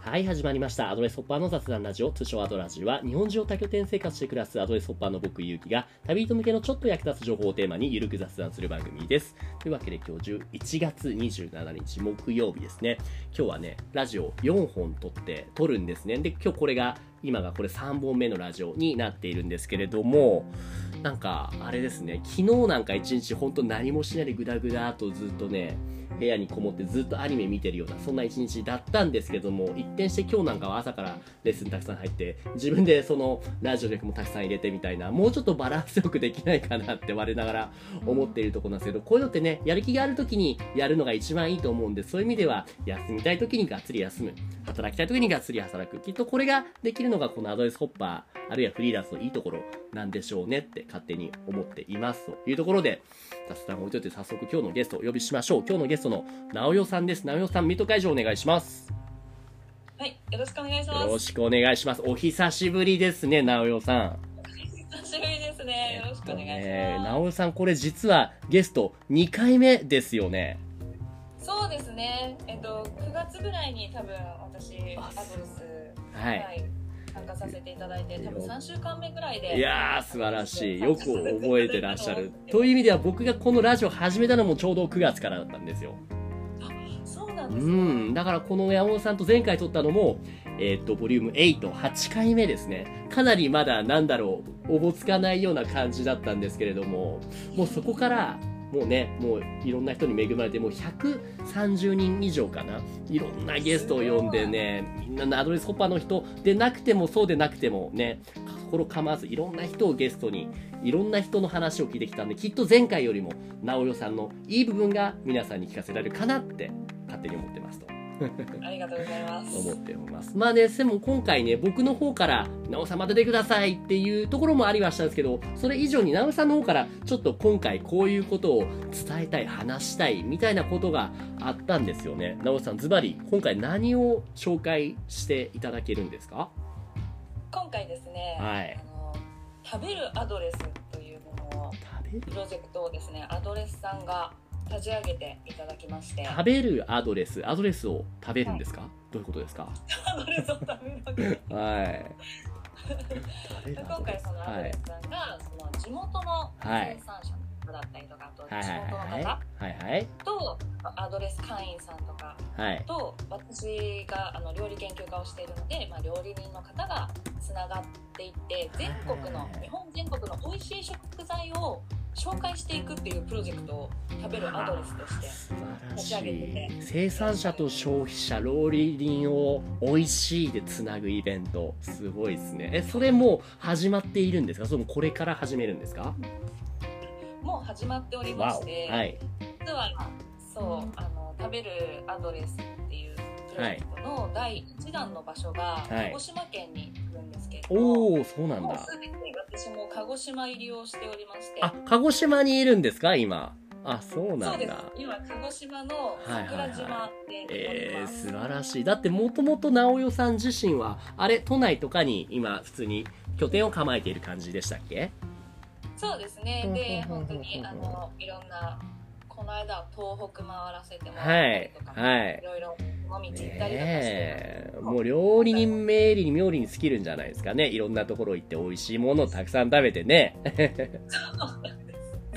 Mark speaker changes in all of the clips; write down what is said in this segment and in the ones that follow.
Speaker 1: はい、始まりました。アドレスホッパーの雑談ラジオ、通称アドラジは、日本中を多拠点生活して暮らすアドレスホッパーの僕、ゆうきが、旅人向けのちょっと役立つ情報をテーマに、ゆるく雑談する番組です。というわけで、今日11月27日、木曜日ですね。今日はね、ラジオ4本撮って、撮るんですね。で、今日これが、今がこれ3本目のラジオになっているんですけれども、なんか、あれですね、昨日なんか一日本当何もしないでグダグダとずっとね、部屋にこもってずっとアニメ見てるようなそんな一日だったんですけども一転して今日なんかは朝からレッスンたくさん入って自分でそのラジオ力もたくさん入れてみたいなもうちょっとバランスよくできないかなって我ながら思っているところなんですけどこういうのってねやる気がある時にやるのが一番いいと思うんでそういう意味では休みたい時にがっつり休む働きたい時にがっつり働くきっとこれができるのがこのアドレスホッパーあるいはフリーランスのいいところなんでしょうねって勝手に思っていますというところで雑談を置いといて早速今日のゲストをお呼びしましょう今日のゲストの直代さんです直代さん水戸会場お願いします
Speaker 2: はい、よろしくお願いし
Speaker 1: よ
Speaker 2: ま
Speaker 1: ろ
Speaker 2: す。
Speaker 1: しくお願いしますお久しぶりですね直代さん
Speaker 2: 久しぶりですね。よろしくお願いし
Speaker 1: えっとね
Speaker 2: ま
Speaker 1: 直代さんこれ実はゲスト2回目ですよね
Speaker 2: す。そうですね。えっと9月ぐらいに多分私
Speaker 1: あ
Speaker 2: アドレス
Speaker 1: はい、
Speaker 2: はい参加させていただいて、多分3週間目ぐらいで。
Speaker 1: いやー素晴らしいよく
Speaker 2: 参加させ
Speaker 1: 覚えてらっしゃる
Speaker 2: いた
Speaker 1: と
Speaker 2: だ
Speaker 1: いう
Speaker 2: い
Speaker 1: 意味では僕がこのラジオ始めたのもちょうど9月からだったんですよ
Speaker 2: て。 そうなん
Speaker 1: う
Speaker 2: ですね。
Speaker 1: んだからこの山本さんと前回撮ったのもえっとボリューム88回目ですねかなりまだなんだろうおぼつかないような感じだったんですけれどももうそこからもうねもういろんな人に恵まれてもう130人以上かないろんなゲストを呼んでねみんなのアドレスホッパーの人でなくてもそうでなくてもね心構わずいろんな人をゲストにいろんな人の話を聞いてきたんできっと前回よりも直代さんのいい部分が皆さんに聞かせられるかなって勝手に思ってますと。
Speaker 2: ありがとうございます。
Speaker 1: 思っております。まあね、でも今回ね、僕の方から、なおさんま出てくださいっていうところもありはしたんですけど、それ以上になおさんの方から、ちょっと今回こういうことを伝えたい、話したい、みたいなことがあったんですよね。なおさん、ズバリ、今回何を紹介していただけるんですか
Speaker 2: 今回ですね。
Speaker 1: はい
Speaker 2: あの食べるアドレスというものを
Speaker 1: 食べる
Speaker 2: プロジェクトをですねアドレスさんが立ち上げていただきまして。
Speaker 1: 食べるアドレス、アドレスを食べるんですか、どういうことですか
Speaker 2: アドレスを食べるわけです
Speaker 1: はい。食べるア
Speaker 2: 今
Speaker 1: ドレ
Speaker 2: 回
Speaker 1: ス。
Speaker 2: そのアド
Speaker 1: は
Speaker 2: レ
Speaker 1: い
Speaker 2: ス。さんが、その地元の
Speaker 1: はい
Speaker 2: 生産者の方だったりとか、あと
Speaker 1: はいはい
Speaker 2: 地元の
Speaker 1: はい。
Speaker 2: 方
Speaker 1: はいはい。
Speaker 2: とアドレス会員さんとか
Speaker 1: はい。
Speaker 2: と私があの料理研究家をしているので、まあ、料理人の方がつながっていって全国の
Speaker 1: はい
Speaker 2: 日本全国の美味しい食材を紹介していくっていうプロジェクトを食べるアドレスとして
Speaker 1: 素晴らしい生産者と消費者ローリンを「美味しい」でつなぐイベントすごいですねえそれもう始まっているんですかそれもこれから始めるんですか
Speaker 2: もう始まっておりま
Speaker 1: わ
Speaker 2: して、
Speaker 1: おはい
Speaker 2: 実はそうあの食べるアドレスっていうプロジェクトの第1弾の場所が
Speaker 1: はい
Speaker 2: 鹿児島県に行くんですけれども、
Speaker 1: おおそうなん
Speaker 2: もう
Speaker 1: だ
Speaker 2: すでに私も鹿児島入りをしておりまして
Speaker 1: あ鹿児島にいるんですか今あそうな
Speaker 2: そうんです
Speaker 1: だ
Speaker 2: 今鹿児島の桜島でおり
Speaker 1: えー、
Speaker 2: ます、
Speaker 1: 素晴らしいだってもともと直代さん自身はあれ都内とかに今普通に拠点を構えている感じでしたっけ
Speaker 2: そうですねで
Speaker 1: うんうんうんうん
Speaker 2: 本当にあのいろんなこの間は東北回らせてもらっ
Speaker 1: は
Speaker 2: たり
Speaker 1: い
Speaker 2: とか、
Speaker 1: はい
Speaker 2: いろいろ尾道行ったりとかして、
Speaker 1: ねえもう料理人名理に妙理に尽きるんじゃないですかねいろんなところ行って美味しいものをたくさん食べてね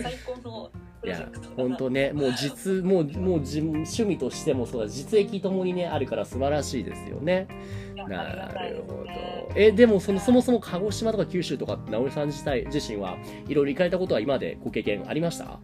Speaker 2: 最高のプ
Speaker 1: い
Speaker 2: ロジ
Speaker 1: や
Speaker 2: ェクトだな
Speaker 1: 本当ねもう実もうもうじ趣味としてもそうだ実益ともにねあるから素晴らしいですよね
Speaker 2: いや ありが
Speaker 1: な
Speaker 2: たいで
Speaker 1: る
Speaker 2: す
Speaker 1: ほど
Speaker 2: ね
Speaker 1: えでもそのそもそも鹿児島とか九州とかって直江さん自体自身はいろいろ行かれたことは今までご経験ありましたは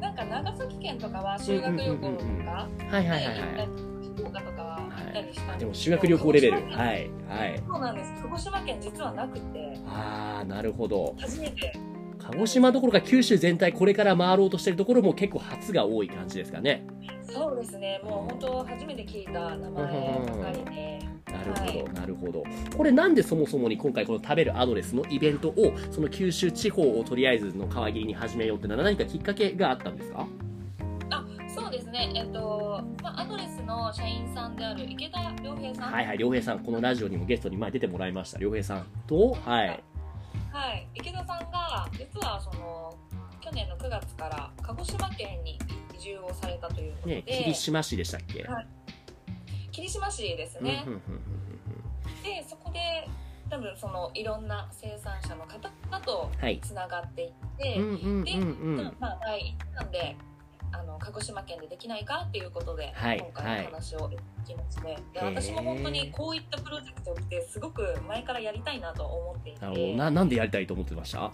Speaker 2: なんか長崎県とかは修学旅行と
Speaker 1: うんうんうんうんい
Speaker 2: か、
Speaker 1: はい
Speaker 2: で
Speaker 1: はいは
Speaker 2: 行った
Speaker 1: い
Speaker 2: り福岡とかは行ったりした
Speaker 1: あ
Speaker 2: ん
Speaker 1: でも
Speaker 2: す
Speaker 1: 修
Speaker 2: けど
Speaker 1: 学旅行レベル
Speaker 2: 鹿児島県
Speaker 1: はいはい
Speaker 2: そうなんです鹿児島県実はなくて
Speaker 1: ああなるほど
Speaker 2: 初めて
Speaker 1: 鹿児島どころか九州全体これから回ろうとしてるところも結構初が多い感じですかね
Speaker 2: そうですねもう本当初めて聞いた名前ばかりで
Speaker 1: なるほど、
Speaker 2: はい
Speaker 1: なるほどこれなんでそもそもに今回この食べるアドレスのイベントをその九州地方をとりあえずの皮切りに始めようってのは何かきっかけがあったんですか
Speaker 2: そうですねえっと、まあ、アドレスの社員さんである池田良平さん
Speaker 1: はいはい良平さんこのラジオにもゲストに前出てもらいました良平さんとはい
Speaker 2: はい、池田さんが実はその去年の9月から鹿児島県に移住をされたということで、
Speaker 1: ね霧島市でしたっけ
Speaker 2: はい霧島市です
Speaker 1: うんうん
Speaker 2: ね
Speaker 1: う、んうん
Speaker 2: でそこで多分そのいろんな生産者の方々と
Speaker 1: はい
Speaker 2: つながっていって、
Speaker 1: うんうん
Speaker 2: で、
Speaker 1: うんう
Speaker 2: まあ
Speaker 1: ん
Speaker 2: まあ、第1弾であの鹿児島県でできないかっていうことで、
Speaker 1: はい
Speaker 2: 今回の話を聞きますね、で
Speaker 1: へー
Speaker 2: 私も本当にこういったプロジェクトってすごく前からやりたいなと思ってい
Speaker 1: なるほど
Speaker 2: て
Speaker 1: ななんでやりたいと思ってました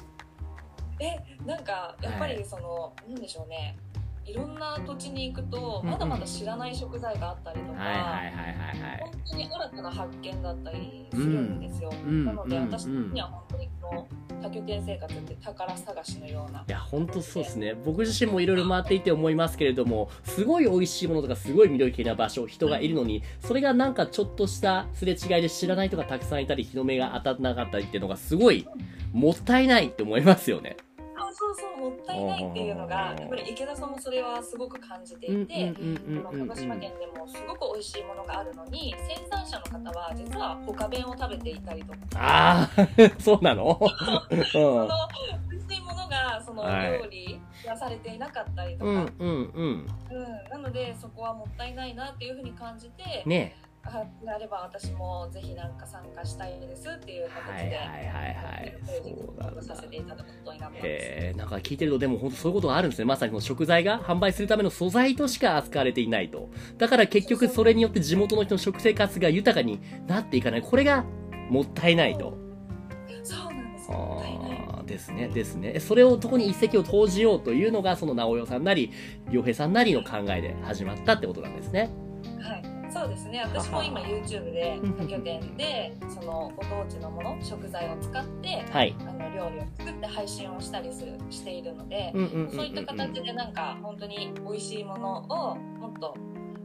Speaker 2: でなんかやっぱりその、なんでしょうねいろんな土地に行くとまだまだ知らない食材があったりとか、
Speaker 1: はいはいはいはいはい
Speaker 2: 本当に新たな発見だったりするんですよ、
Speaker 1: うん
Speaker 2: なので
Speaker 1: うん
Speaker 2: 私的には本当にこの多拠点生活って宝探しのようない
Speaker 1: や本当そうですね僕自身もいろいろ回っていて思いますけれどもすごい美味しいものとかすごい魅力的な場所人がいるのにそれがなんかちょっとしたすれ違いで知らない人がたくさんいたり日の目が当たらなかったりっていうのがすごいもったいないって思いますよね。
Speaker 2: あそうそうもったいないっていうの
Speaker 1: う
Speaker 2: が
Speaker 1: ん
Speaker 2: やっぱり池田さんもそれはすごく感じて
Speaker 1: うんう
Speaker 2: い
Speaker 1: ん
Speaker 2: て、
Speaker 1: うんうん
Speaker 2: こ
Speaker 1: うんう
Speaker 2: の
Speaker 1: ん
Speaker 2: 鹿児島県でもすごく美味しいものがあるのに生産者の方は実は他弁を食べていたりとか
Speaker 1: ああ そうなの、
Speaker 2: その美味しいものがその
Speaker 1: はい
Speaker 2: 料理がされていなかったりと
Speaker 1: う
Speaker 2: か、
Speaker 1: ん、う
Speaker 2: うん
Speaker 1: んうん
Speaker 2: なのでそこはもったいないなっていうふうに感じて、
Speaker 1: うんね
Speaker 2: あであれば私もぜひなんか参加したいですっていう
Speaker 1: は
Speaker 2: 形
Speaker 1: い
Speaker 2: で、
Speaker 1: はいはいはいそうなん
Speaker 2: さ
Speaker 1: だ
Speaker 2: せていただくことになってます。
Speaker 1: えー、なんか聞いてるとでも本当そういうことがあるんですねまさにその食材が販売するための素材としか扱われていないとだから結局それによって地元の人の食生活が豊かになっていかないこれがもったいないと
Speaker 2: そうなんですよ。もったいない。
Speaker 1: あーですねですねえそれをどこに一石を投じようというのがその直代さんなり良平さんなりの考えで始まったってことなんですね
Speaker 2: はい。そうですね。私も今
Speaker 1: はは
Speaker 2: YouTube で多拠点でそのご当地のもの食材を使って
Speaker 1: はい
Speaker 2: あの料理を作って配信をしたりするしているので、
Speaker 1: うんうんうんうん
Speaker 2: そういった形でなんか本当に美味しいものをもっと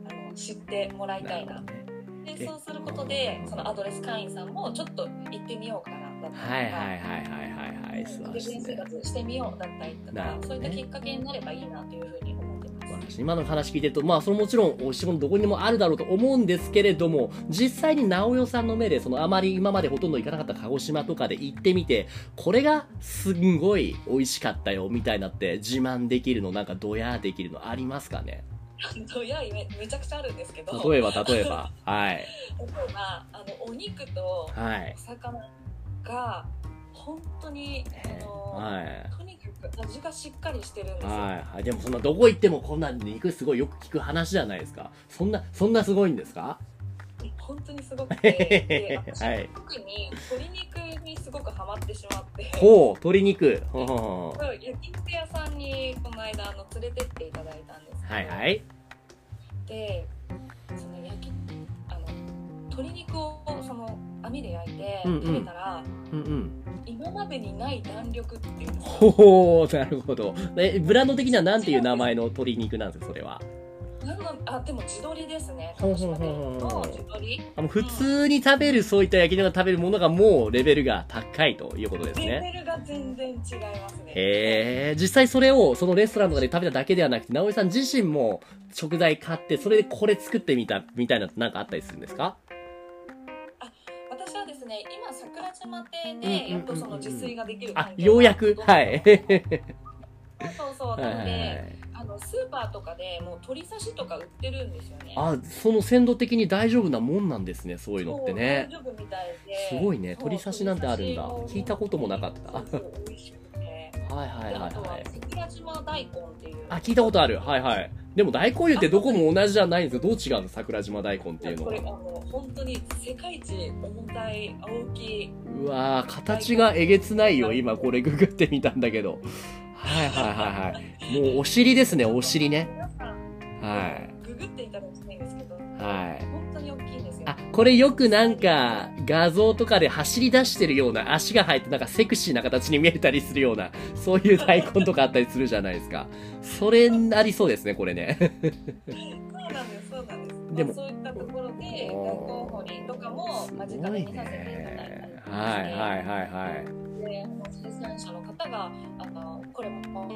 Speaker 2: あの知ってもらいたいな
Speaker 1: るほどね
Speaker 2: でそうすることでそのアドレス会員さんもちょっと行ってみようかなだったりとか、
Speaker 1: はいはいはいはいはいはい素晴
Speaker 2: 自
Speaker 1: らしいです
Speaker 2: 分生
Speaker 1: ね
Speaker 2: 活してみようだったりと
Speaker 1: なる
Speaker 2: か
Speaker 1: ほ、どね
Speaker 2: そういったきっかけになればいいなというふうに思ってます。
Speaker 1: 今の話聞いてると、まあ、それもちろん、お仕事どこにでもあるだろうと思うんですけれども、実際に直代さんの目で、そのあまり今までほとんど行かなかった鹿児島とかで行ってみて、これがすんごい美味しかったよ、みたいなって、自慢できるの、なんかドヤできるのありますかね
Speaker 2: といやめめちゃくちゃあるんですけど、
Speaker 1: 例えば、例えば。はい。
Speaker 2: 例えばあのお肉と
Speaker 1: はい
Speaker 2: お。魚が本当にあの、
Speaker 1: はい。
Speaker 2: とにかく味がしっかりしてるんですよ。
Speaker 1: はい。でもそんなどこ行ってもこんな肉すごいよく聞く話じゃないですか。そんな、そんなすごいんですか
Speaker 2: 本当にすごくて、で私
Speaker 1: はい。
Speaker 2: 特に鶏肉にすごくハマってしまって。
Speaker 1: ほう、鶏肉。ほうほうほう
Speaker 2: 焼き肉屋さんにこの間あの連れてっていただいたんですけど、
Speaker 1: はいはい。
Speaker 2: でその焼きあの鶏肉をその網で焼いて
Speaker 1: うんうん
Speaker 2: 食べたら、
Speaker 1: うんうん。
Speaker 2: 今までにない弾力っていうのが
Speaker 1: ほうなるほどえブランド的には何ていう名前の鶏肉なんですかそれは
Speaker 2: なんのあでも地鶏ですね鹿
Speaker 1: ほう
Speaker 2: 児
Speaker 1: ほうほ
Speaker 2: 島
Speaker 1: う
Speaker 2: 県
Speaker 1: ほう
Speaker 2: の地鶏
Speaker 1: あの普通に食べるそういった焼き鳥が食べるものがもうレベルが高いということです
Speaker 2: レ
Speaker 1: ね
Speaker 2: ベルが全然違いますね
Speaker 1: へえ実際それをそのレストランとかで食べただけではなくて直江さん自身も食材買ってそれでこれ作ってみたみたいなのってなんかあったりするんですか
Speaker 2: 私はですね今桜島亭でやっとその自炊ができる
Speaker 1: あ
Speaker 2: 環境
Speaker 1: ようやくはい
Speaker 2: そうそうそう
Speaker 1: はい
Speaker 2: な
Speaker 1: はい
Speaker 2: の
Speaker 1: は
Speaker 2: で
Speaker 1: い
Speaker 2: あのスーパーとかでもう鶏刺しとか売ってるんですよね
Speaker 1: あその鮮度的に大丈夫なもんなんですねそういうのってね
Speaker 2: そう大丈夫みたいです
Speaker 1: ごいね鶏刺しなんてあるんだ聞いたこともなかった
Speaker 2: そうそう美味しくて
Speaker 1: はいはい
Speaker 2: で
Speaker 1: は
Speaker 2: あ
Speaker 1: い
Speaker 2: と
Speaker 1: は
Speaker 2: はい桜島大根っていう
Speaker 1: あ、聞いたことある。はいはい。でも大根湯ってどこも同じじゃないんですよ。どう違うの桜島大根っていうの
Speaker 2: こ
Speaker 1: は
Speaker 2: れあ。の本当に世界一重たい青木
Speaker 1: うわー、形がえげつないよ。今これググってみたんだけど。はいはいはいはい。もうお尻ですね、お尻ね。
Speaker 2: 皆さん
Speaker 1: は
Speaker 2: ググっていただきたいんですけど
Speaker 1: い。はい。
Speaker 2: 本当に大きいんですよ
Speaker 1: あ、これよくなんか画像とかで走り出してるような足が入ってなんかセクシーな形に見えたりするような、そういう大根とかあったりするじゃないですか。それになりそうですね、これね。
Speaker 2: そうなんですそうなんです
Speaker 1: で
Speaker 2: で
Speaker 1: も
Speaker 2: もそういったところで大根掘りとかも間
Speaker 1: す
Speaker 2: 近
Speaker 1: ご
Speaker 2: で
Speaker 1: い
Speaker 2: 見させていただいたり
Speaker 1: ね
Speaker 2: と。か
Speaker 1: はいはい
Speaker 2: して
Speaker 1: はいはい。
Speaker 2: であの生産者の方があのこれも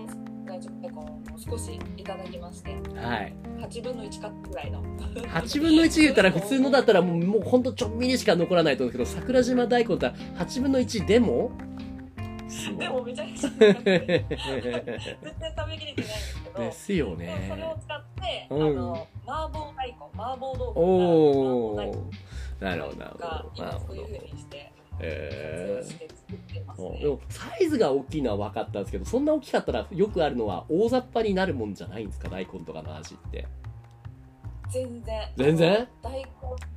Speaker 2: 大丈夫大根を少しいただきまして
Speaker 1: はい。
Speaker 2: 8分の1カップぐらいの
Speaker 1: 8分の1言ったら普通のだったらもうもうほんとちょっみりしか残らないと思うんですけど桜島大根って8分の1でもすごい
Speaker 2: でもめちゃくちゃ高くて
Speaker 1: で
Speaker 2: 全然食べきれてないんですけど
Speaker 1: すよ
Speaker 2: でもそれ
Speaker 1: ね
Speaker 2: を使って、
Speaker 1: うん
Speaker 2: あの麻婆大根麻婆豆腐
Speaker 1: お
Speaker 2: と
Speaker 1: お
Speaker 2: か麻婆大根
Speaker 1: ーなるほどなるほ
Speaker 2: とか
Speaker 1: どな
Speaker 2: 今
Speaker 1: る
Speaker 2: そ
Speaker 1: ほ
Speaker 2: うい
Speaker 1: ど
Speaker 2: うふうにして活
Speaker 1: え
Speaker 2: 用して作ってます
Speaker 1: ー
Speaker 2: ね
Speaker 1: でもサイズが大きいのは分かったんですけどそんな大きかったらよくあるのは大雑把になるもんじゃないんですか大根とかの味って
Speaker 2: 全然
Speaker 1: 全然
Speaker 2: 大根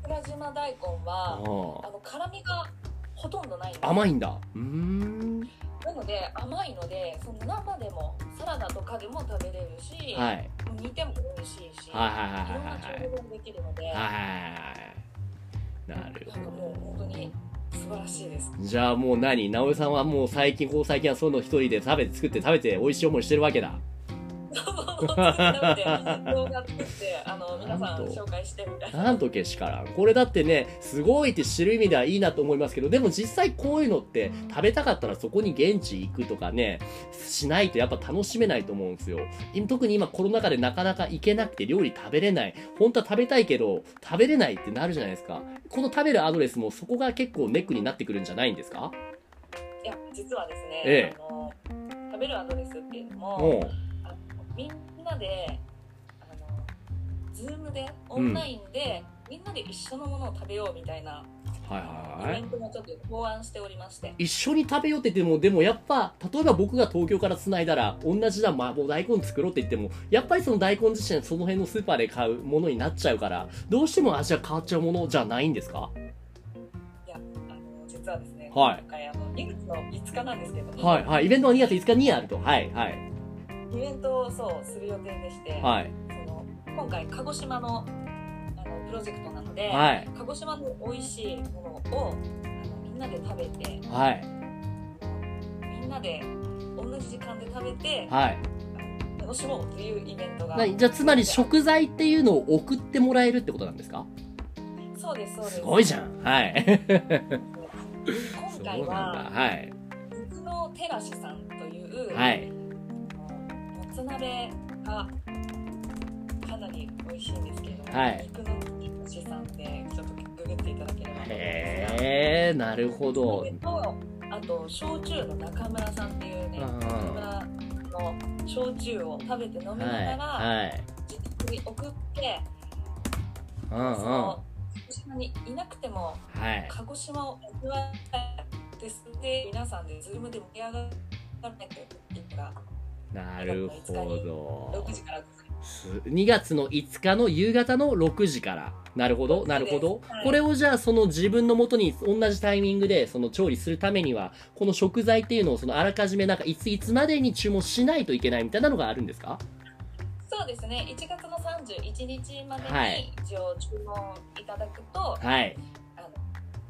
Speaker 2: 桜島大根
Speaker 1: あ
Speaker 2: は
Speaker 1: ー
Speaker 2: あの辛みがほとんどないんです
Speaker 1: 甘いんだうーん
Speaker 2: なので甘いのでその生でもサラダとかでも食べれるし、
Speaker 1: はいはい
Speaker 2: もう煮ても美味しい
Speaker 1: はい
Speaker 2: し、いろんな
Speaker 1: はいはいはいはい
Speaker 2: 調理もできるので、
Speaker 1: はいなる
Speaker 2: なんかもう
Speaker 1: ほ
Speaker 2: 本当に
Speaker 1: ど
Speaker 2: 素晴らし いです。
Speaker 1: じゃあもう何直江さんはもう最近ここ最近はそういうの一人で食べて作って食べて美味しい思いしてるわけだ
Speaker 2: 本当に食べて動画作ってあの皆さ
Speaker 1: なん
Speaker 2: ん
Speaker 1: と
Speaker 2: 紹介してみたいな。
Speaker 1: なんとけしからん。これだってね、すごいって知る意味ではいいなと思いますけど、でも実際こういうのって食べたかったらそこに現地行くとかね、しないとやっぱ楽しめないと思うんですよ。今特に今コロナ禍でなかなか行けなくて料理食べれない。本当は食べたいけど、食べれないってなるじゃないですか。この食べるアドレスもそこが結構ネックになってくるんじゃないんですか
Speaker 2: いや実はですね、
Speaker 1: ええ
Speaker 2: あの食べるアドレスっていうのも
Speaker 1: も
Speaker 2: あのみんなであのズームでオンラインで、みんなで一緒のものを食べようみたいな
Speaker 1: うん。はいはい
Speaker 2: イ
Speaker 1: は
Speaker 2: ベ
Speaker 1: い。
Speaker 2: ントもちょっと考案しておりまして。
Speaker 1: 一緒に食べようって言っても、でもやっぱ、例えば僕が東京から繋いだら、同じだ、麻婆大根作ろうって言っても、やっぱりその大根自身、その辺のスーパーで買うものになっちゃうから、どうしても味が変わっちゃうものじゃないんですか
Speaker 2: あの実はですね、
Speaker 1: はい
Speaker 2: 今回あの2月の5日なんですけど、
Speaker 1: はい、はい。イベントは2月5日にあると。はい、はい。
Speaker 2: イベントをそうする予定でして、
Speaker 1: はい。
Speaker 2: その今回鹿児島のあのプロジェクトなので、
Speaker 1: はい。
Speaker 2: 鹿児島の美味しいものをあのみんなで食べて
Speaker 1: はい。
Speaker 2: みんなで同じ時間で食べて
Speaker 1: はい。
Speaker 2: 楽しもうというイベントが
Speaker 1: 何じゃあ、つまり食材っていうのを送ってもらえるってことなんですか
Speaker 2: そうですそうです
Speaker 1: すごいじゃん。はい。
Speaker 2: 今
Speaker 1: そ
Speaker 2: 回
Speaker 1: うな
Speaker 2: は
Speaker 1: んだ。はい。
Speaker 2: 別のテラシさんという、
Speaker 1: はい。
Speaker 2: もつ鍋がかなり美味しいんですけれども、
Speaker 1: はい
Speaker 2: 肉の星さんでちょっとググっていただければと思いますが
Speaker 1: へえ、なるほど。
Speaker 2: とあと焼酎の中村さんっていうね
Speaker 1: うんうん
Speaker 2: 中村の焼酎を食べて飲みな
Speaker 1: は
Speaker 2: が
Speaker 1: い。
Speaker 2: ら
Speaker 1: はい。
Speaker 2: 自宅に送って、
Speaker 1: うんう
Speaker 2: そ
Speaker 1: ん。
Speaker 2: の鹿児島にいなくても
Speaker 1: はい。
Speaker 2: 鹿児島を味わってですで皆さんでズームで盛り上がるっていうのが
Speaker 1: なるほど
Speaker 2: 6。時からです
Speaker 1: す2月の5日の夕方の6時から。なるほど、なるほど。
Speaker 2: はい
Speaker 1: これをじゃあその自分のもとに同じタイミングでその調理するためには、この食材っていうのをそのあらかじめなんかいついつまでに注文しないといけないみたいなのがあるんですか
Speaker 2: そうですね1月の31日まで
Speaker 1: はい
Speaker 2: に一応注文いただくと、
Speaker 1: はい。
Speaker 2: あの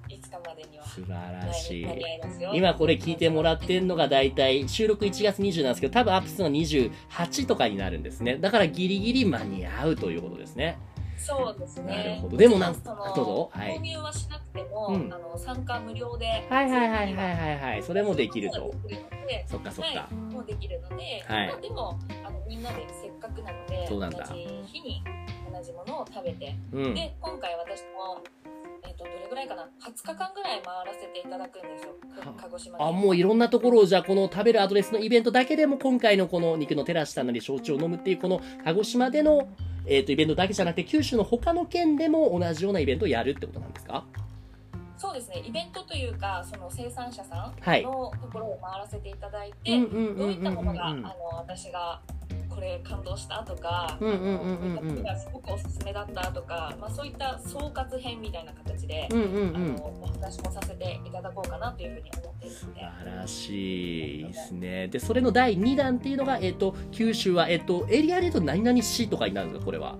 Speaker 2: 5日までには
Speaker 1: 素晴らしい
Speaker 2: 間。に合いますよ
Speaker 1: 今これ聞いてもらってんのが大体収録1月20なんですけど多分アップするのは28とかになるんですねだからギリギリ間に合うということですね
Speaker 2: そうですね
Speaker 1: なるほどでもなん
Speaker 2: ちょっとその
Speaker 1: どうぞはい
Speaker 2: 購入はしなくても、
Speaker 1: うん
Speaker 2: あの参加無料で
Speaker 1: はいはいはいはいはいはいそれもできると
Speaker 2: そういうことができるので
Speaker 1: そっかそっか、
Speaker 2: はい、もうできるので、
Speaker 1: はい
Speaker 2: まあ、でもあのみんなでせっかくなので
Speaker 1: そうなんだ
Speaker 2: 同じ日に同じものを食べて、
Speaker 1: うん
Speaker 2: で今回私も、えっとどれぐらいかな20日間ぐらい回らせていただくんですよ
Speaker 1: は
Speaker 2: 鹿児島で
Speaker 1: あ、もういろんなところをじゃあこの食べるアドレスのイベントだけでも今回のこの肉のテラシさんなり焼酎を飲むっていうこの鹿児島での、えー、とイベントだけじゃなくて九州の他の県でも同じようなイベントをやるってことなんですか
Speaker 2: そうですねイベントというかその生産者さ
Speaker 1: はい
Speaker 2: んのところを回らせていただいて、
Speaker 1: うんうん
Speaker 2: どういったもの
Speaker 1: う
Speaker 2: が、あ
Speaker 1: ん
Speaker 2: の私がこれ感動したとか、
Speaker 1: うんうんうんうんうん
Speaker 2: あのこういったものがすごくおすすめだったとか、まあ、そういった総括編みたいな形で、
Speaker 1: うんうんう
Speaker 2: あ
Speaker 1: ん
Speaker 2: のお話もさせていただこうかなというふうに思っているの
Speaker 1: 素
Speaker 2: で。
Speaker 1: 晴らしいですねでそれの第2弾っていうのが、えー、と九州は、えー、とエリアで言うと何々市とかになるんですかこれは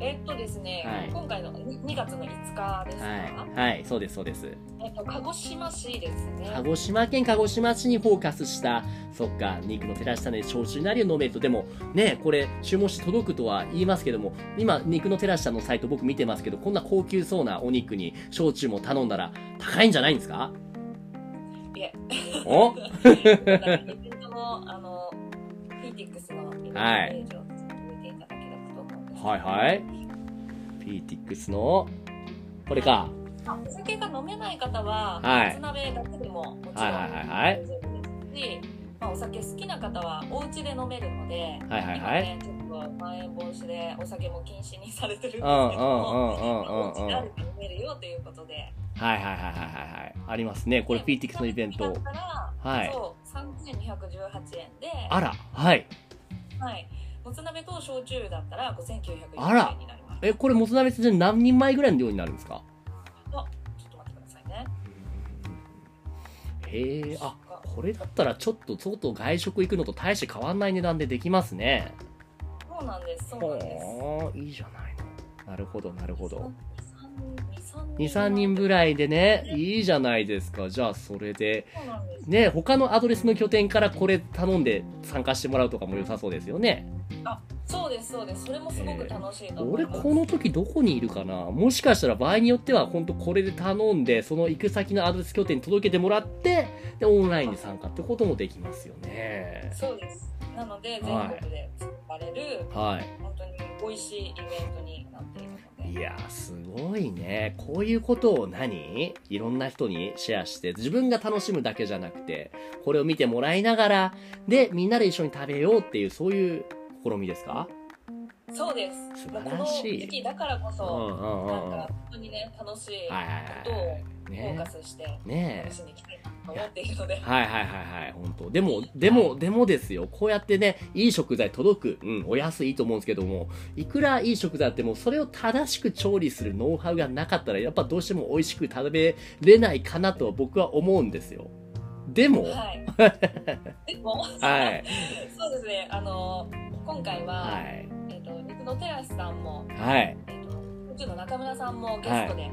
Speaker 2: えっとですね、
Speaker 1: はい
Speaker 2: 今回のに2月の5日ですか、
Speaker 1: はい、はい、そうですそうです
Speaker 2: えっと、鹿児島市ですね。
Speaker 1: 鹿児島県鹿児島市にフォーカスしたそっか肉の照らしたね焼酎なりを飲めるとでもねこれ注文して届くとは言いますけども今肉の照らしたのサイト僕見てますけどこんな高級そうなお肉に焼酎も頼んだら高いんじゃないんですか
Speaker 2: いえ
Speaker 1: お
Speaker 2: だからイベントの、あの、フィーティックスのイベントページを見ていただければと思うんですけど
Speaker 1: はいはい。ピーティックスのこれか
Speaker 2: まあお酒が飲めない方は、
Speaker 1: はい
Speaker 2: もつ鍋だけでももちろん
Speaker 1: はいはいはいはい
Speaker 2: 大丈夫ですし、まあ、お酒好きな方はお家で飲めるので、
Speaker 1: はいはい
Speaker 2: 今
Speaker 1: はい。
Speaker 2: ねちょっとまん延防止でお酒も禁止にされてるんですけど
Speaker 1: うんうんうん
Speaker 2: も、
Speaker 1: うんうんう
Speaker 2: お家であ
Speaker 1: ん
Speaker 2: れ。ば飲めるよということで、
Speaker 1: はいはいはいはいはいはい。ありますね。これ
Speaker 2: で
Speaker 1: PTX のイベン
Speaker 2: だ
Speaker 1: ト
Speaker 2: っ。たら
Speaker 1: はい。
Speaker 2: そう3218円で、
Speaker 1: あら、はい。
Speaker 2: はい、もつ鍋と焼酎だったら5940
Speaker 1: あら
Speaker 2: 円になります。
Speaker 1: え、これ、もつ鍋先生何人前ぐらいの量になるんですか
Speaker 2: ちょっと待ってくださいね。
Speaker 1: へえ、あ、これだったらちょっと、相当外食行くのと大して変わんない値段でできますね。
Speaker 2: そうなんです、そうなんです。
Speaker 1: ほー、いいじゃないの。なるほど、なるほど。2、
Speaker 2: 2、
Speaker 1: 3人ぐ
Speaker 2: い。
Speaker 1: らいでね、いいじゃないですか。じゃあ、それで。
Speaker 2: そうなんです。
Speaker 1: ね、他のアドレスの拠点からこれ頼んで参加してもらうとかも良さそうですよね。
Speaker 2: そうです、そうです。それもすごく楽しいと思い
Speaker 1: 俺
Speaker 2: ます。
Speaker 1: この時どこにいるかなもしかしたら場合によっては本当これで頼んでその行く先のアドレス拠点に届けてもらってでオンラインで参加ってこともできますよね
Speaker 2: そうです。なので、
Speaker 1: は
Speaker 2: 全
Speaker 1: い
Speaker 2: 国で使われる、
Speaker 1: はい
Speaker 2: 本当に美味しいイベントになっているの
Speaker 1: い
Speaker 2: で。
Speaker 1: やーすごいねこういうことを何いろんな人にシェアして自分が楽しむだけじゃなくてこれを見てもらいながらでみんなで一緒に食べようっていうそういう試みですか
Speaker 2: そうです。
Speaker 1: 素
Speaker 2: もう
Speaker 1: 晴
Speaker 2: こ
Speaker 1: ら
Speaker 2: の
Speaker 1: しい
Speaker 2: 時期だからこ
Speaker 1: うんうんう
Speaker 2: そ、
Speaker 1: ん
Speaker 2: なん
Speaker 1: うん
Speaker 2: か
Speaker 1: は
Speaker 2: 本当にね、楽しい
Speaker 1: い
Speaker 2: こ
Speaker 1: はい
Speaker 2: とを
Speaker 1: はい
Speaker 2: フォー
Speaker 1: ね
Speaker 2: カスして、
Speaker 1: ねえ
Speaker 2: 楽しんでいきたいなと思っているので。
Speaker 1: はいはいはいはい、本当。でも、でも、でもですよ。こうやってね、いい食材届く。うん、お安いいいと思うんですけども、いくらいい食材あっても、それを正しく調理するノウハウがなかったら、やっぱどうしても美味しく食べれないかなとは僕は思うんですよ。でも、は
Speaker 2: はい。 でも、
Speaker 1: い。
Speaker 2: そうですね、あの、今回は、
Speaker 1: はい。
Speaker 2: えっと肉のテラスさんも、
Speaker 1: はい。
Speaker 2: えっと宇宙の中村さんもゲストで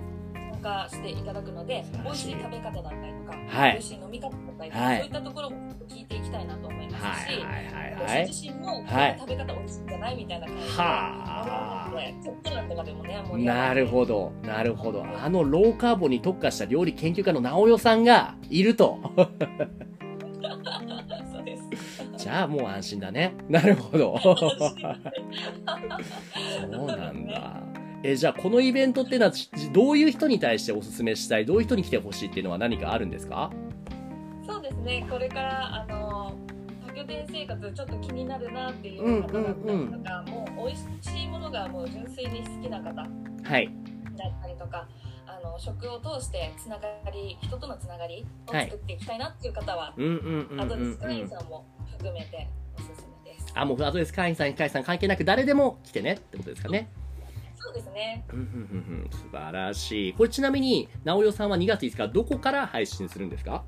Speaker 2: 参加していただくので、
Speaker 1: 晴
Speaker 2: 美
Speaker 1: ら
Speaker 2: 味
Speaker 1: し
Speaker 2: し
Speaker 1: い
Speaker 2: い食べ方だったりとか、
Speaker 1: はい
Speaker 2: 美味しい飲み方だったりとか、
Speaker 1: はい
Speaker 2: そういったところも聞いていきたいなと思います
Speaker 1: はいは
Speaker 2: し、
Speaker 1: いはいは
Speaker 2: 私
Speaker 1: い。
Speaker 2: 自身もこ
Speaker 1: は
Speaker 2: の
Speaker 1: い
Speaker 2: 食べ方美味しいんじゃないみたいな感じで、
Speaker 1: はあ
Speaker 2: 思うのでちょっとなんとかでもね盛り上
Speaker 1: なる
Speaker 2: ど
Speaker 1: ほど。なるほど。あの、ローカーボンに特化した料理研究家の直代さんがいると。
Speaker 2: そうです
Speaker 1: じゃあもう安心だね。なるほど。そうなんだ。え、じゃあこのイベントってのは、じどういう人に対しておすすめしたい、どういう人に来てほしいっていうのは何かあるんですか
Speaker 2: そうですねこれからあの多拠点生活ちょっと気になるなってい
Speaker 1: うん
Speaker 2: う方だった
Speaker 1: う
Speaker 2: り
Speaker 1: んう
Speaker 2: と
Speaker 1: ん
Speaker 2: か、もう美味しいものがもう純粋に好きな方
Speaker 1: はい。
Speaker 2: だったりとかあの食を通してつながり人とのつながりを作っていきたいなっていう方は、
Speaker 1: うんうんうんう
Speaker 2: ア
Speaker 1: ん、
Speaker 2: ド
Speaker 1: う
Speaker 2: レス会員
Speaker 1: ん。
Speaker 2: さんも含めておすすめです、
Speaker 1: あ、もうアドレス会員さん、会員さん関係なく誰でも来てねってことですかね。
Speaker 2: そうですね
Speaker 1: うんうんうんうん。素晴らしい。これちなみに、直代さんは2月5日どこから配信するんですか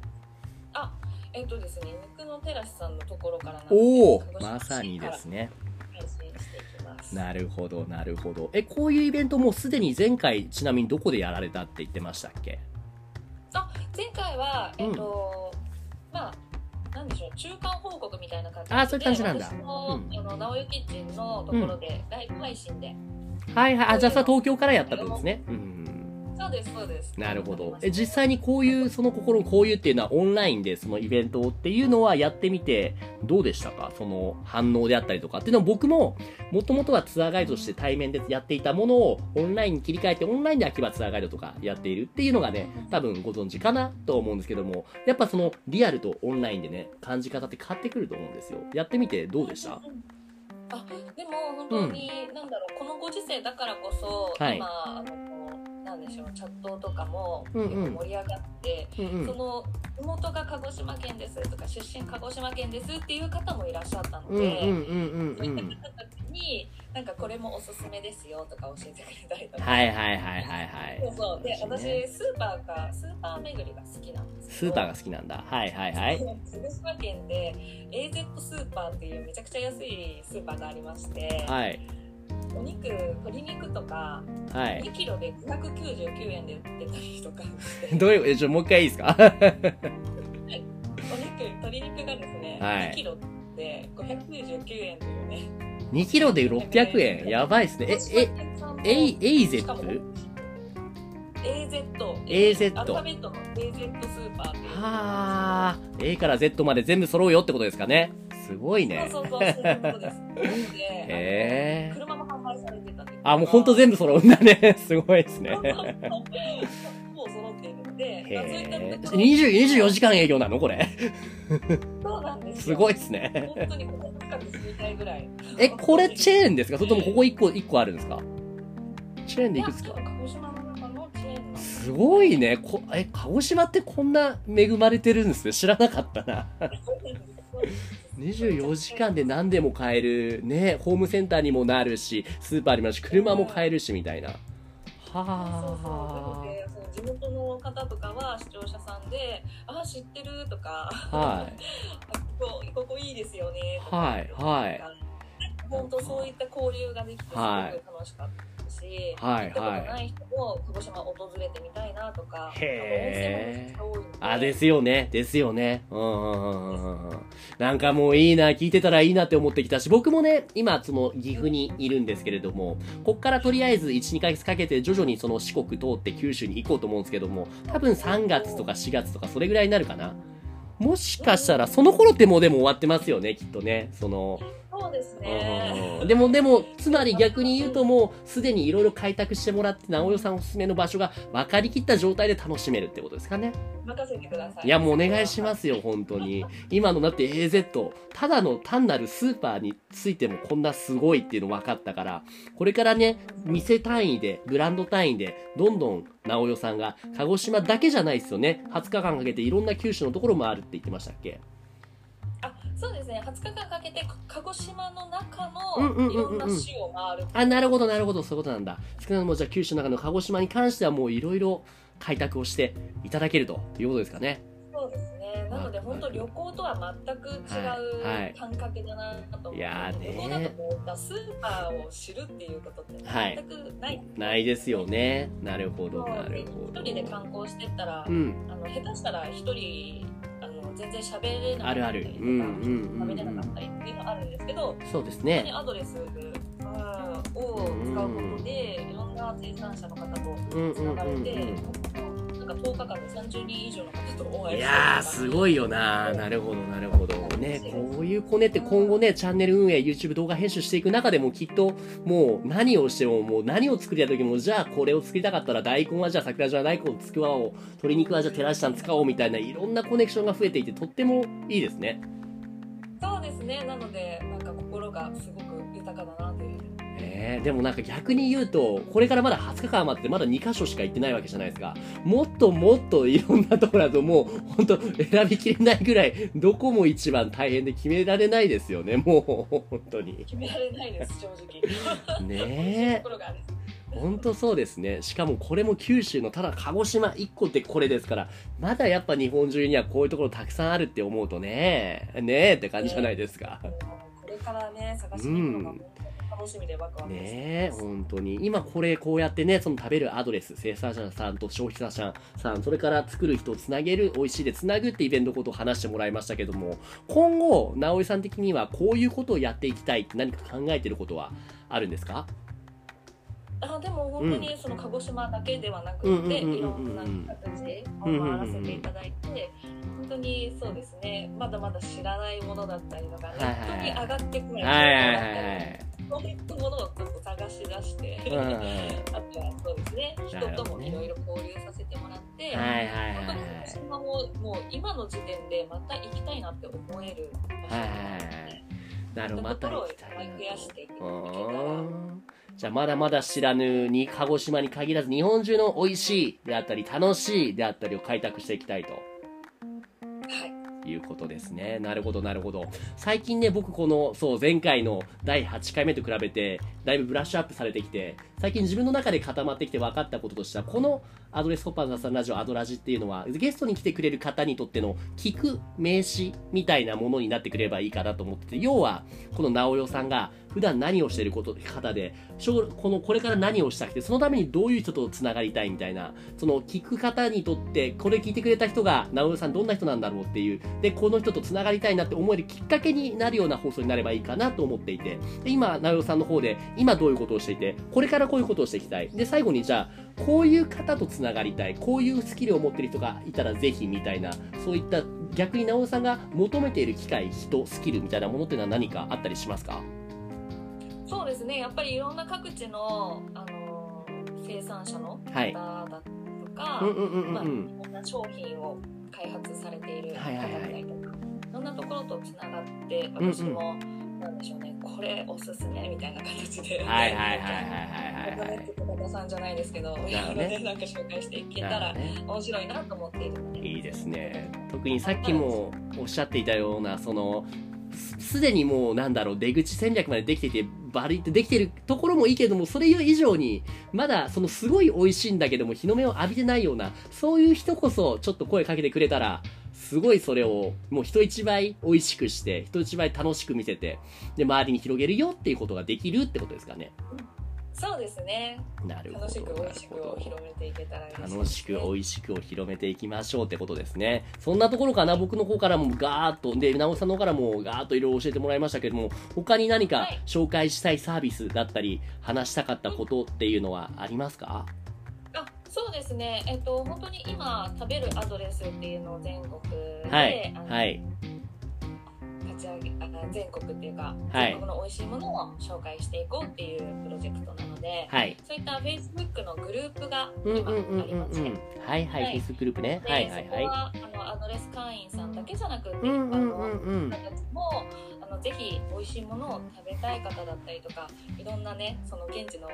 Speaker 2: えっ、とですね肉のテラスさんのところからなので
Speaker 1: おお
Speaker 2: 鹿児島
Speaker 1: まさにですね。
Speaker 2: 市から配信していきます
Speaker 1: なるほど、なるほど。え、こういうイベントもうすでに前回、ちなみにどこでやられたって言ってましたっけ
Speaker 2: 前回はえっ、と、まあなんでしょう中間報告みたいな感じで
Speaker 1: あそういう感じなんだ
Speaker 2: 私の,、
Speaker 1: うん
Speaker 2: あの直江キッチンのところでライブ配信で、
Speaker 1: はいはい。あ、じゃあさ、東京からやったってことですね。うん。
Speaker 2: そうですそうです
Speaker 1: なるほど。
Speaker 2: え
Speaker 1: え、実際にこういう、その心、こういうっていうのはオンラインでそのイベントっていうのはやってみて、どうでしたかその反応であったりとか。っていうのは僕も、もともとはツアーガイドとして対面でやっていたものをオンラインに切り替えて、オンラインで秋葉ツアーガイドとかやっているっていうのがね、多分ご存知かなと思うんですけども、やっぱそのリアルとオンラインでね、感じ方って変わってくると思うんですよ。やってみてどうでした
Speaker 2: あでも本当に、なんだろうこのご時世だからこそ、
Speaker 1: はい
Speaker 2: 今あのなんでしょうチャットとかも
Speaker 1: うんう
Speaker 2: 結
Speaker 1: ん
Speaker 2: 構盛り上がって、
Speaker 1: うんう
Speaker 2: その地元が鹿児島県ですとか出身鹿児島県ですっていう方もいらっしゃったの
Speaker 1: うんうん
Speaker 2: で、
Speaker 1: うん
Speaker 2: そううい
Speaker 1: ん
Speaker 2: っ
Speaker 1: う
Speaker 2: た
Speaker 1: ん。
Speaker 2: 方たちになんかこれもおすすめですよとか教えてくれたりとか。
Speaker 1: はいはいはいはいはい。
Speaker 2: そうそうで
Speaker 1: 素晴らしいね
Speaker 2: 私スーパーがスーパー巡りが好きなんですけど
Speaker 1: スーパーが好きなんだ。はいはいはい。
Speaker 2: 鹿児島県で AZ スーパーっていうめちゃくちゃ安いスーパーがありまして、
Speaker 1: はい。
Speaker 2: お肉鶏肉とか
Speaker 1: はい。
Speaker 2: 2キロで299円で売ってたりとかして
Speaker 1: どういう、え、ちょ、もう一回いいですか
Speaker 2: お肉鶏肉がですね、
Speaker 1: はい
Speaker 2: 2キロで599円というね
Speaker 1: ?2 キロで600円。やばいっすね。え、え、えい、えいぜっ
Speaker 2: しかも
Speaker 1: つ
Speaker 2: AZ
Speaker 1: AZ
Speaker 2: アルファベットの AZ スーパーっていう
Speaker 1: はあ、A から Z まで全部揃うよってことですかね。すごいね。
Speaker 2: そうそうそうそういうことですで
Speaker 1: へ
Speaker 2: あの
Speaker 1: え。
Speaker 2: 車も販売されてたんです
Speaker 1: あ、もうほんと全部揃うんだね。すごいです
Speaker 2: そうそう
Speaker 1: ね。
Speaker 2: そうもう揃っているので、謎いた
Speaker 1: へ
Speaker 2: ところ
Speaker 1: ー20 24時間営業なのこれ。
Speaker 2: そうなんです
Speaker 1: す
Speaker 2: よ
Speaker 1: ごいっすね。
Speaker 2: 本当にここ深く知りたいぐらい
Speaker 1: え、これチェーンですかそれともここ1個、一個あるんですかチェーンでいくつ
Speaker 2: い
Speaker 1: か
Speaker 2: や多分鹿児島の中のチェーンなんです
Speaker 1: ごいね。こえ、鹿児島ってこんな恵まれてるんですね。知らなかったな。24時間で何でも買える。ね、ホームセンターにもなるし、スーパーにもあるし、車も買えるし、みたいな。は
Speaker 2: そうそうなの
Speaker 1: あ。
Speaker 2: でその地元の方とかは視聴者さんで「あ知ってる」と
Speaker 1: は
Speaker 2: か
Speaker 1: い。
Speaker 2: あここここいいですよね」とか
Speaker 1: はい、はい。
Speaker 2: 本当そういった交流ができてすご
Speaker 1: はい
Speaker 2: く楽しかったし、
Speaker 1: は
Speaker 2: 行
Speaker 1: い、
Speaker 2: ったこと
Speaker 1: は。
Speaker 2: ないい人も鹿児島訪れてみたいなとか
Speaker 1: へー
Speaker 2: あの温泉もめっちゃ多い
Speaker 1: あ、
Speaker 2: んで
Speaker 1: ですよね。ですよね。うんうんうんうんうん。なんかもういいな、聞いてたらいいなって思ってきたし、僕もね、今、その岐阜にいるんですけれども、こっからとりあえず1、2ヶ月かけて徐々にその四国通って九州に行こうと思うんですけども、多分3月とか4月とかそれぐらいになるかな。もしかしたら、その頃ってもうでも終わってますよね、きっとね。その、
Speaker 2: そうですね、
Speaker 1: うんでもでもつまり逆に言うともうすでにいろいろ開拓してもらって直代さんおすすめの場所が分かりきった状態で楽しめるってことですかね
Speaker 2: 任せてください
Speaker 1: いやもうお願いしますすよ本当に今のだって AZ ただの単なるスーパーについてもこんなすごいっていうの分かったからこれからね店単位でブランド単位でどんどん直代さんが鹿児島だけじゃないですよね20日間かけていろんな九州のところもあるって言ってましたっけ
Speaker 2: あそうですね20日間かけて鹿児島の中
Speaker 1: うんうんうんうん
Speaker 2: のいろんな市を回る、
Speaker 1: あ、なるほど、なるほど、そういうことなんだ。少なくともじゃあ九州の中の鹿児島に関してはもういろいろ開拓をしていただけるということですかね。
Speaker 2: そうですねなので本当旅行とは全く違
Speaker 1: はいはいう
Speaker 2: 感覚だなと思って、
Speaker 1: いやーねー
Speaker 2: 旅行だともうスーパーを知るっていうことって
Speaker 1: はい
Speaker 2: 全くない、
Speaker 1: ないですよね。なるほど、なるほ
Speaker 2: 一
Speaker 1: ど。
Speaker 2: 人で観光してったら、
Speaker 1: うん、
Speaker 2: あの下手したら一人あの全然喋れな
Speaker 1: ある
Speaker 2: か
Speaker 1: あ
Speaker 2: ったり
Speaker 1: る
Speaker 2: と。か
Speaker 1: うん、うん、う
Speaker 2: 食
Speaker 1: んう
Speaker 2: べれなかっ
Speaker 1: ん。
Speaker 2: たりっていうのはあるんですけど、
Speaker 1: そうです
Speaker 2: 本当に
Speaker 1: ね。
Speaker 2: アドレスうんを使うことで、いろんな生産者の方と
Speaker 1: うん、
Speaker 2: つ
Speaker 1: う、
Speaker 2: なんが
Speaker 1: う
Speaker 2: れ
Speaker 1: ん
Speaker 2: て、なんか10日間で30人以上の方とお
Speaker 1: う
Speaker 2: 会
Speaker 1: ん。い
Speaker 2: いして
Speaker 1: やー、すごいよななるほど、なるほど。ね、こういう子ねって今後ね、チャンネル運営、YouTube 動画編集していく中でもきっと、もう何をしても、もう何を作りたい時も、じゃあこれを作りたかったら、大根はじゃあ桜島大根、つくわを、鶏肉はじゃあ寺師さん使おうみたいな、いろんなコネクションが増えていて、とってもいいですね。
Speaker 2: そうですねなのでなんか心がすごく豊かだなという
Speaker 1: えー、でもなんか逆に言うと、これからまだ20日間余って、まだ2箇所しか行ってないわけじゃないですか。もっともっといろんなところだと、もう、ほんと、選びきれないぐらい、どこも一番大変で決められないですよね、 もう、本当に。
Speaker 2: 決められな いです正直
Speaker 1: ねえ
Speaker 2: 心がある
Speaker 1: 本当そうですね。しかもこれも九州のただ鹿児島1個ってこれですから、まだやっぱ日本中にはこういうところたくさんあるって思うとね、ねえって感じじゃないですか。
Speaker 2: これからね探していくのが本当に楽しみでワクワクです、
Speaker 1: ねえ、本当に。今これこうやってね、その食べるアドレス、生産者さんと消費者さん、さんそれから作る人をつなげる、美味しいでつなぐってイベントのことを話してもらいましたけども、今後、直江さん的にはこういうことをやっていきたいって何か考えてることはあるんですか
Speaker 2: あでも本当にその鹿児島だけではなくて、
Speaker 1: うんうんうんうん
Speaker 2: いろんな形を回らせていただいて、本当にそうですねまだまだ知らないものだったりとか、
Speaker 1: い
Speaker 2: ネットに上がってこ
Speaker 1: は
Speaker 2: ないい
Speaker 1: はい
Speaker 2: 情
Speaker 1: は
Speaker 2: 報だったり
Speaker 1: いはい。
Speaker 2: そういったものをずっと探し出して、
Speaker 1: うん。
Speaker 2: あ
Speaker 1: はい
Speaker 2: とはそうですね人
Speaker 1: なるほど
Speaker 2: とも
Speaker 1: ね
Speaker 2: いろいろ交流させてもらって、
Speaker 1: はいはい
Speaker 2: 本当に
Speaker 1: はい
Speaker 2: 鹿児。島ももう今の時点でまた行きたいなって思える場所
Speaker 1: はい
Speaker 2: な
Speaker 1: はいは
Speaker 2: ので
Speaker 1: い。なるほど、また行きたいな
Speaker 2: 増やしていけた
Speaker 1: う
Speaker 2: ら
Speaker 1: ーんじゃあまだまだ知らぬに鹿児島に限らず日本中の美味しいであったり楽しいであったりを開拓していきたいと。
Speaker 2: はい
Speaker 1: いうことですね。なるほど、なるほど。最近ね、僕この、そう、前回の第8回目と比べて、だいぶブラッシュアップされてきて、最近自分の中で固まってきて分かったこととしては、このアドレスホッパーの雑談ラジオアドラジっていうのは、ゲストに来てくれる方にとっての聞く名詞みたいなものになってくれればいいかなと思ってて、要は、この直代さんが普段何をしてること方で、将このこれから何をしたくて、そのためにどういう人と繋がりたいみたいな、その聞く方にとって、これ聞いてくれた人が、直代さんどんな人なんだろうっていう、で、この人と繋がりたいなって思えるきっかけになるような放送になればいいかなと思っていて、で今、直代さんの方で、今どういうことをしていて、これからこういうことをしていきたい。で、最後にじゃあ、こういう方と繋がりたい、こういうスキルを持ってる人がいたらぜひみたいな、そういった逆に直代さんが求めている機会、人、スキルみたいなものっていうのは何かあったりしますか
Speaker 2: そうですねやっぱりいろんな各地の、あのー生産者の方
Speaker 1: はい。
Speaker 2: だとか、か
Speaker 1: うん、うんうん
Speaker 2: まあ、
Speaker 1: う
Speaker 2: いろ
Speaker 1: ん
Speaker 2: んな商品を開発されている方
Speaker 1: はい
Speaker 2: だ
Speaker 1: は
Speaker 2: っ
Speaker 1: いはい
Speaker 2: たりとか、そんなところとつながって
Speaker 1: うんうん
Speaker 2: 私も、なんでしょうねこれおすすめみたいな形で、
Speaker 1: うん。はいはいはいはい
Speaker 2: お
Speaker 1: はいは
Speaker 2: 金
Speaker 1: い
Speaker 2: って言葉さんじゃないですけど、
Speaker 1: るほどね
Speaker 2: なんか紹介していけた
Speaker 1: な
Speaker 2: ら
Speaker 1: るほどね。
Speaker 2: 面白いなと思っているので
Speaker 1: いいですね。特にさっきもおっしゃっていたような、その、すすでにもうなんだろう、出口戦略までできていて、バリってできてるところもいいけれども、それ以上に、まだそのすごい美味しいんだけども、日の目を浴びてないような、そういう人こそちょっと声かけてくれたら、すごいそれを、もう人一倍美味しくして、人一倍楽しく見せて、で、周りに広げるよっていうことができるってことですかね。
Speaker 2: そうですね
Speaker 1: なるほど。
Speaker 2: 楽しく美味しく
Speaker 1: なるほ
Speaker 2: を
Speaker 1: ど
Speaker 2: 広めていけたら嬉しいですね
Speaker 1: 楽しく美味しくを広めていきましょうってことですね。そんなところかな、僕の方からもガーッと、で、直樹さんの方からもガーッといろいろ教えてもらいましたけれども、他に何か
Speaker 2: はい
Speaker 1: 紹介したいサービスだったり、話したかったことっていうのはありますか
Speaker 2: あそうですねえっと本当に今食べるアドレスっていうのを全国で、
Speaker 1: はい
Speaker 2: あ。の
Speaker 1: はい。
Speaker 2: 立ち上げあの全国っていうか、
Speaker 1: はい
Speaker 2: 全国の美味しいものを紹介していこうっていうプロジェクトなので
Speaker 1: はい。
Speaker 2: そういった Facebook のグループが
Speaker 1: うんうん
Speaker 2: 今
Speaker 1: うん
Speaker 2: あ
Speaker 1: う
Speaker 2: り
Speaker 1: ん
Speaker 2: ま
Speaker 1: う
Speaker 2: す
Speaker 1: ん。はいはい、
Speaker 2: はい
Speaker 1: Facebook グループね。
Speaker 2: で、
Speaker 1: はいはい
Speaker 2: そこ
Speaker 1: は
Speaker 2: はあのアドレス会員さんだけじゃなくて、
Speaker 1: い。うんう
Speaker 2: あ
Speaker 1: んう
Speaker 2: の
Speaker 1: んうん
Speaker 2: 方。たちもあのぜひ美味しいものを食べたい方だったりとかいろんなねその現地の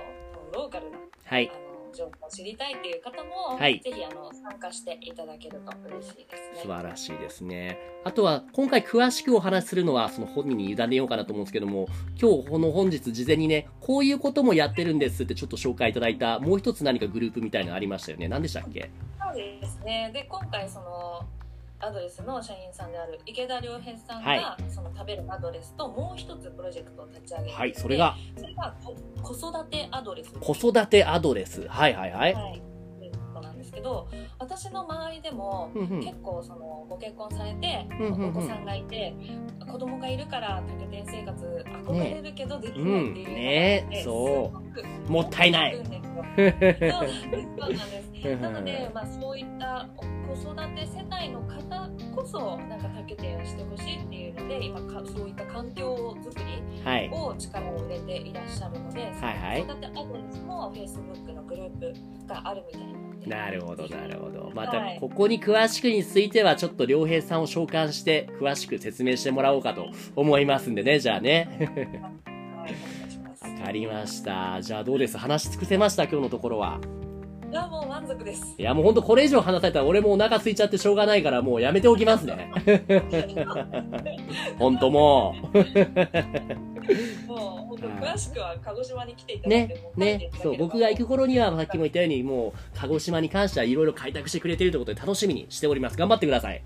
Speaker 2: ローカルな
Speaker 1: はい
Speaker 2: あ。の情報を知りたいっていう方も、
Speaker 1: はい
Speaker 2: ぜひあの参加していただけると嬉しいです
Speaker 1: 素
Speaker 2: ね。
Speaker 1: 晴らしいですね。あとは、今回詳しくお話しするのは、その本人に委ねようかなと思うんですけども、今日この本日事前にね、こういうこともやってるんですってちょっと紹介いただいた、もう一つ何かグループみたいなのありましたよね。何でしたっけ
Speaker 2: そうですね。で今回そのアドレスの社員さんである池田良平さんが、
Speaker 1: は
Speaker 2: その食べるアドレスともう一つプロジェクトを立ち上げていて、
Speaker 1: はい、それが、
Speaker 2: それがこ子育てアドレス
Speaker 1: 子育てアドレス。はいはいはい。
Speaker 2: はいということなんですけど、私の周りでも
Speaker 1: うんうん
Speaker 2: 結構そのご結婚されて、
Speaker 1: うんうんうん
Speaker 2: お子さんがいて子供がいるから多拠点生活憧れるけどできないっていうのがあって、
Speaker 1: ねえそう
Speaker 2: すごく
Speaker 1: もったいない
Speaker 2: そうそうなんです
Speaker 1: うんうん
Speaker 2: なので、まあ、そういった子育て世帯の方こそなんか多拠点をしてほしいっていうので今かそういった環境づくり
Speaker 1: はい。
Speaker 2: を力を入れていらっしゃるので、
Speaker 1: はいはい
Speaker 2: 子育てアドレスも Facebook のグループがあるみたいなので
Speaker 1: なるほど、なるほど。ま
Speaker 2: は
Speaker 1: た、
Speaker 2: い
Speaker 1: ここに詳しくについては、ちょっと良平さんを召喚して、詳しく説明してもらおうかと思いますんでね、じゃあね。
Speaker 2: はいお願いします
Speaker 1: わかりました。じゃあどうです話し尽くせました今日のところは。
Speaker 2: いやもう満足です
Speaker 1: いやもうほんとこれ以上話されたら俺もうお腹空いちゃってしょうがないからもうやめておきますね。ほんとも
Speaker 2: もう本当詳しくは鹿児島に来ていた
Speaker 1: う。
Speaker 2: だいて
Speaker 1: ね
Speaker 2: も、
Speaker 1: ね。そう、僕が行く頃にはさっきも言ったようにもう鹿児島に関してはいろいろ開拓してくれてるということで楽しみにしております。頑張ってください。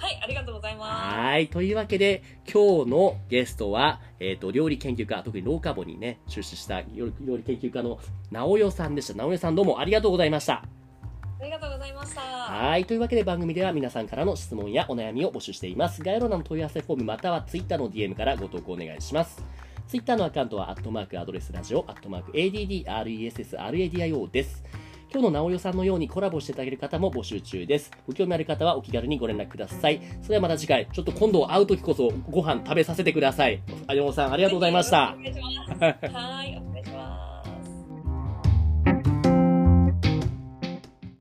Speaker 2: はいありがとうございます
Speaker 1: はーい。というわけで、今日のゲストは、えっ、と、料理研究家、特にローカボにね、出資した料料理研究家の直代さんでした。直代さんどうもありがとうございました。
Speaker 2: ありがとうございました
Speaker 1: はい。というわけで番組では皆さんからの質問やお悩みを募集しています。概要欄の問い合わせフォームまたは Twitter の DM からご投稿お願いします。Twitter のアカウントは、アットマークアドレスラジオ、アットマーク ADDRESSRADIO です。今日の直代さんのようにコラボしていただける方も募集中です。ご興味ある方はお気軽にご連絡ください。それではまた次回、ちょっと今度会う時こそご飯食べさせてください。あようさん、ありがとうございました。
Speaker 2: お願いしますはいお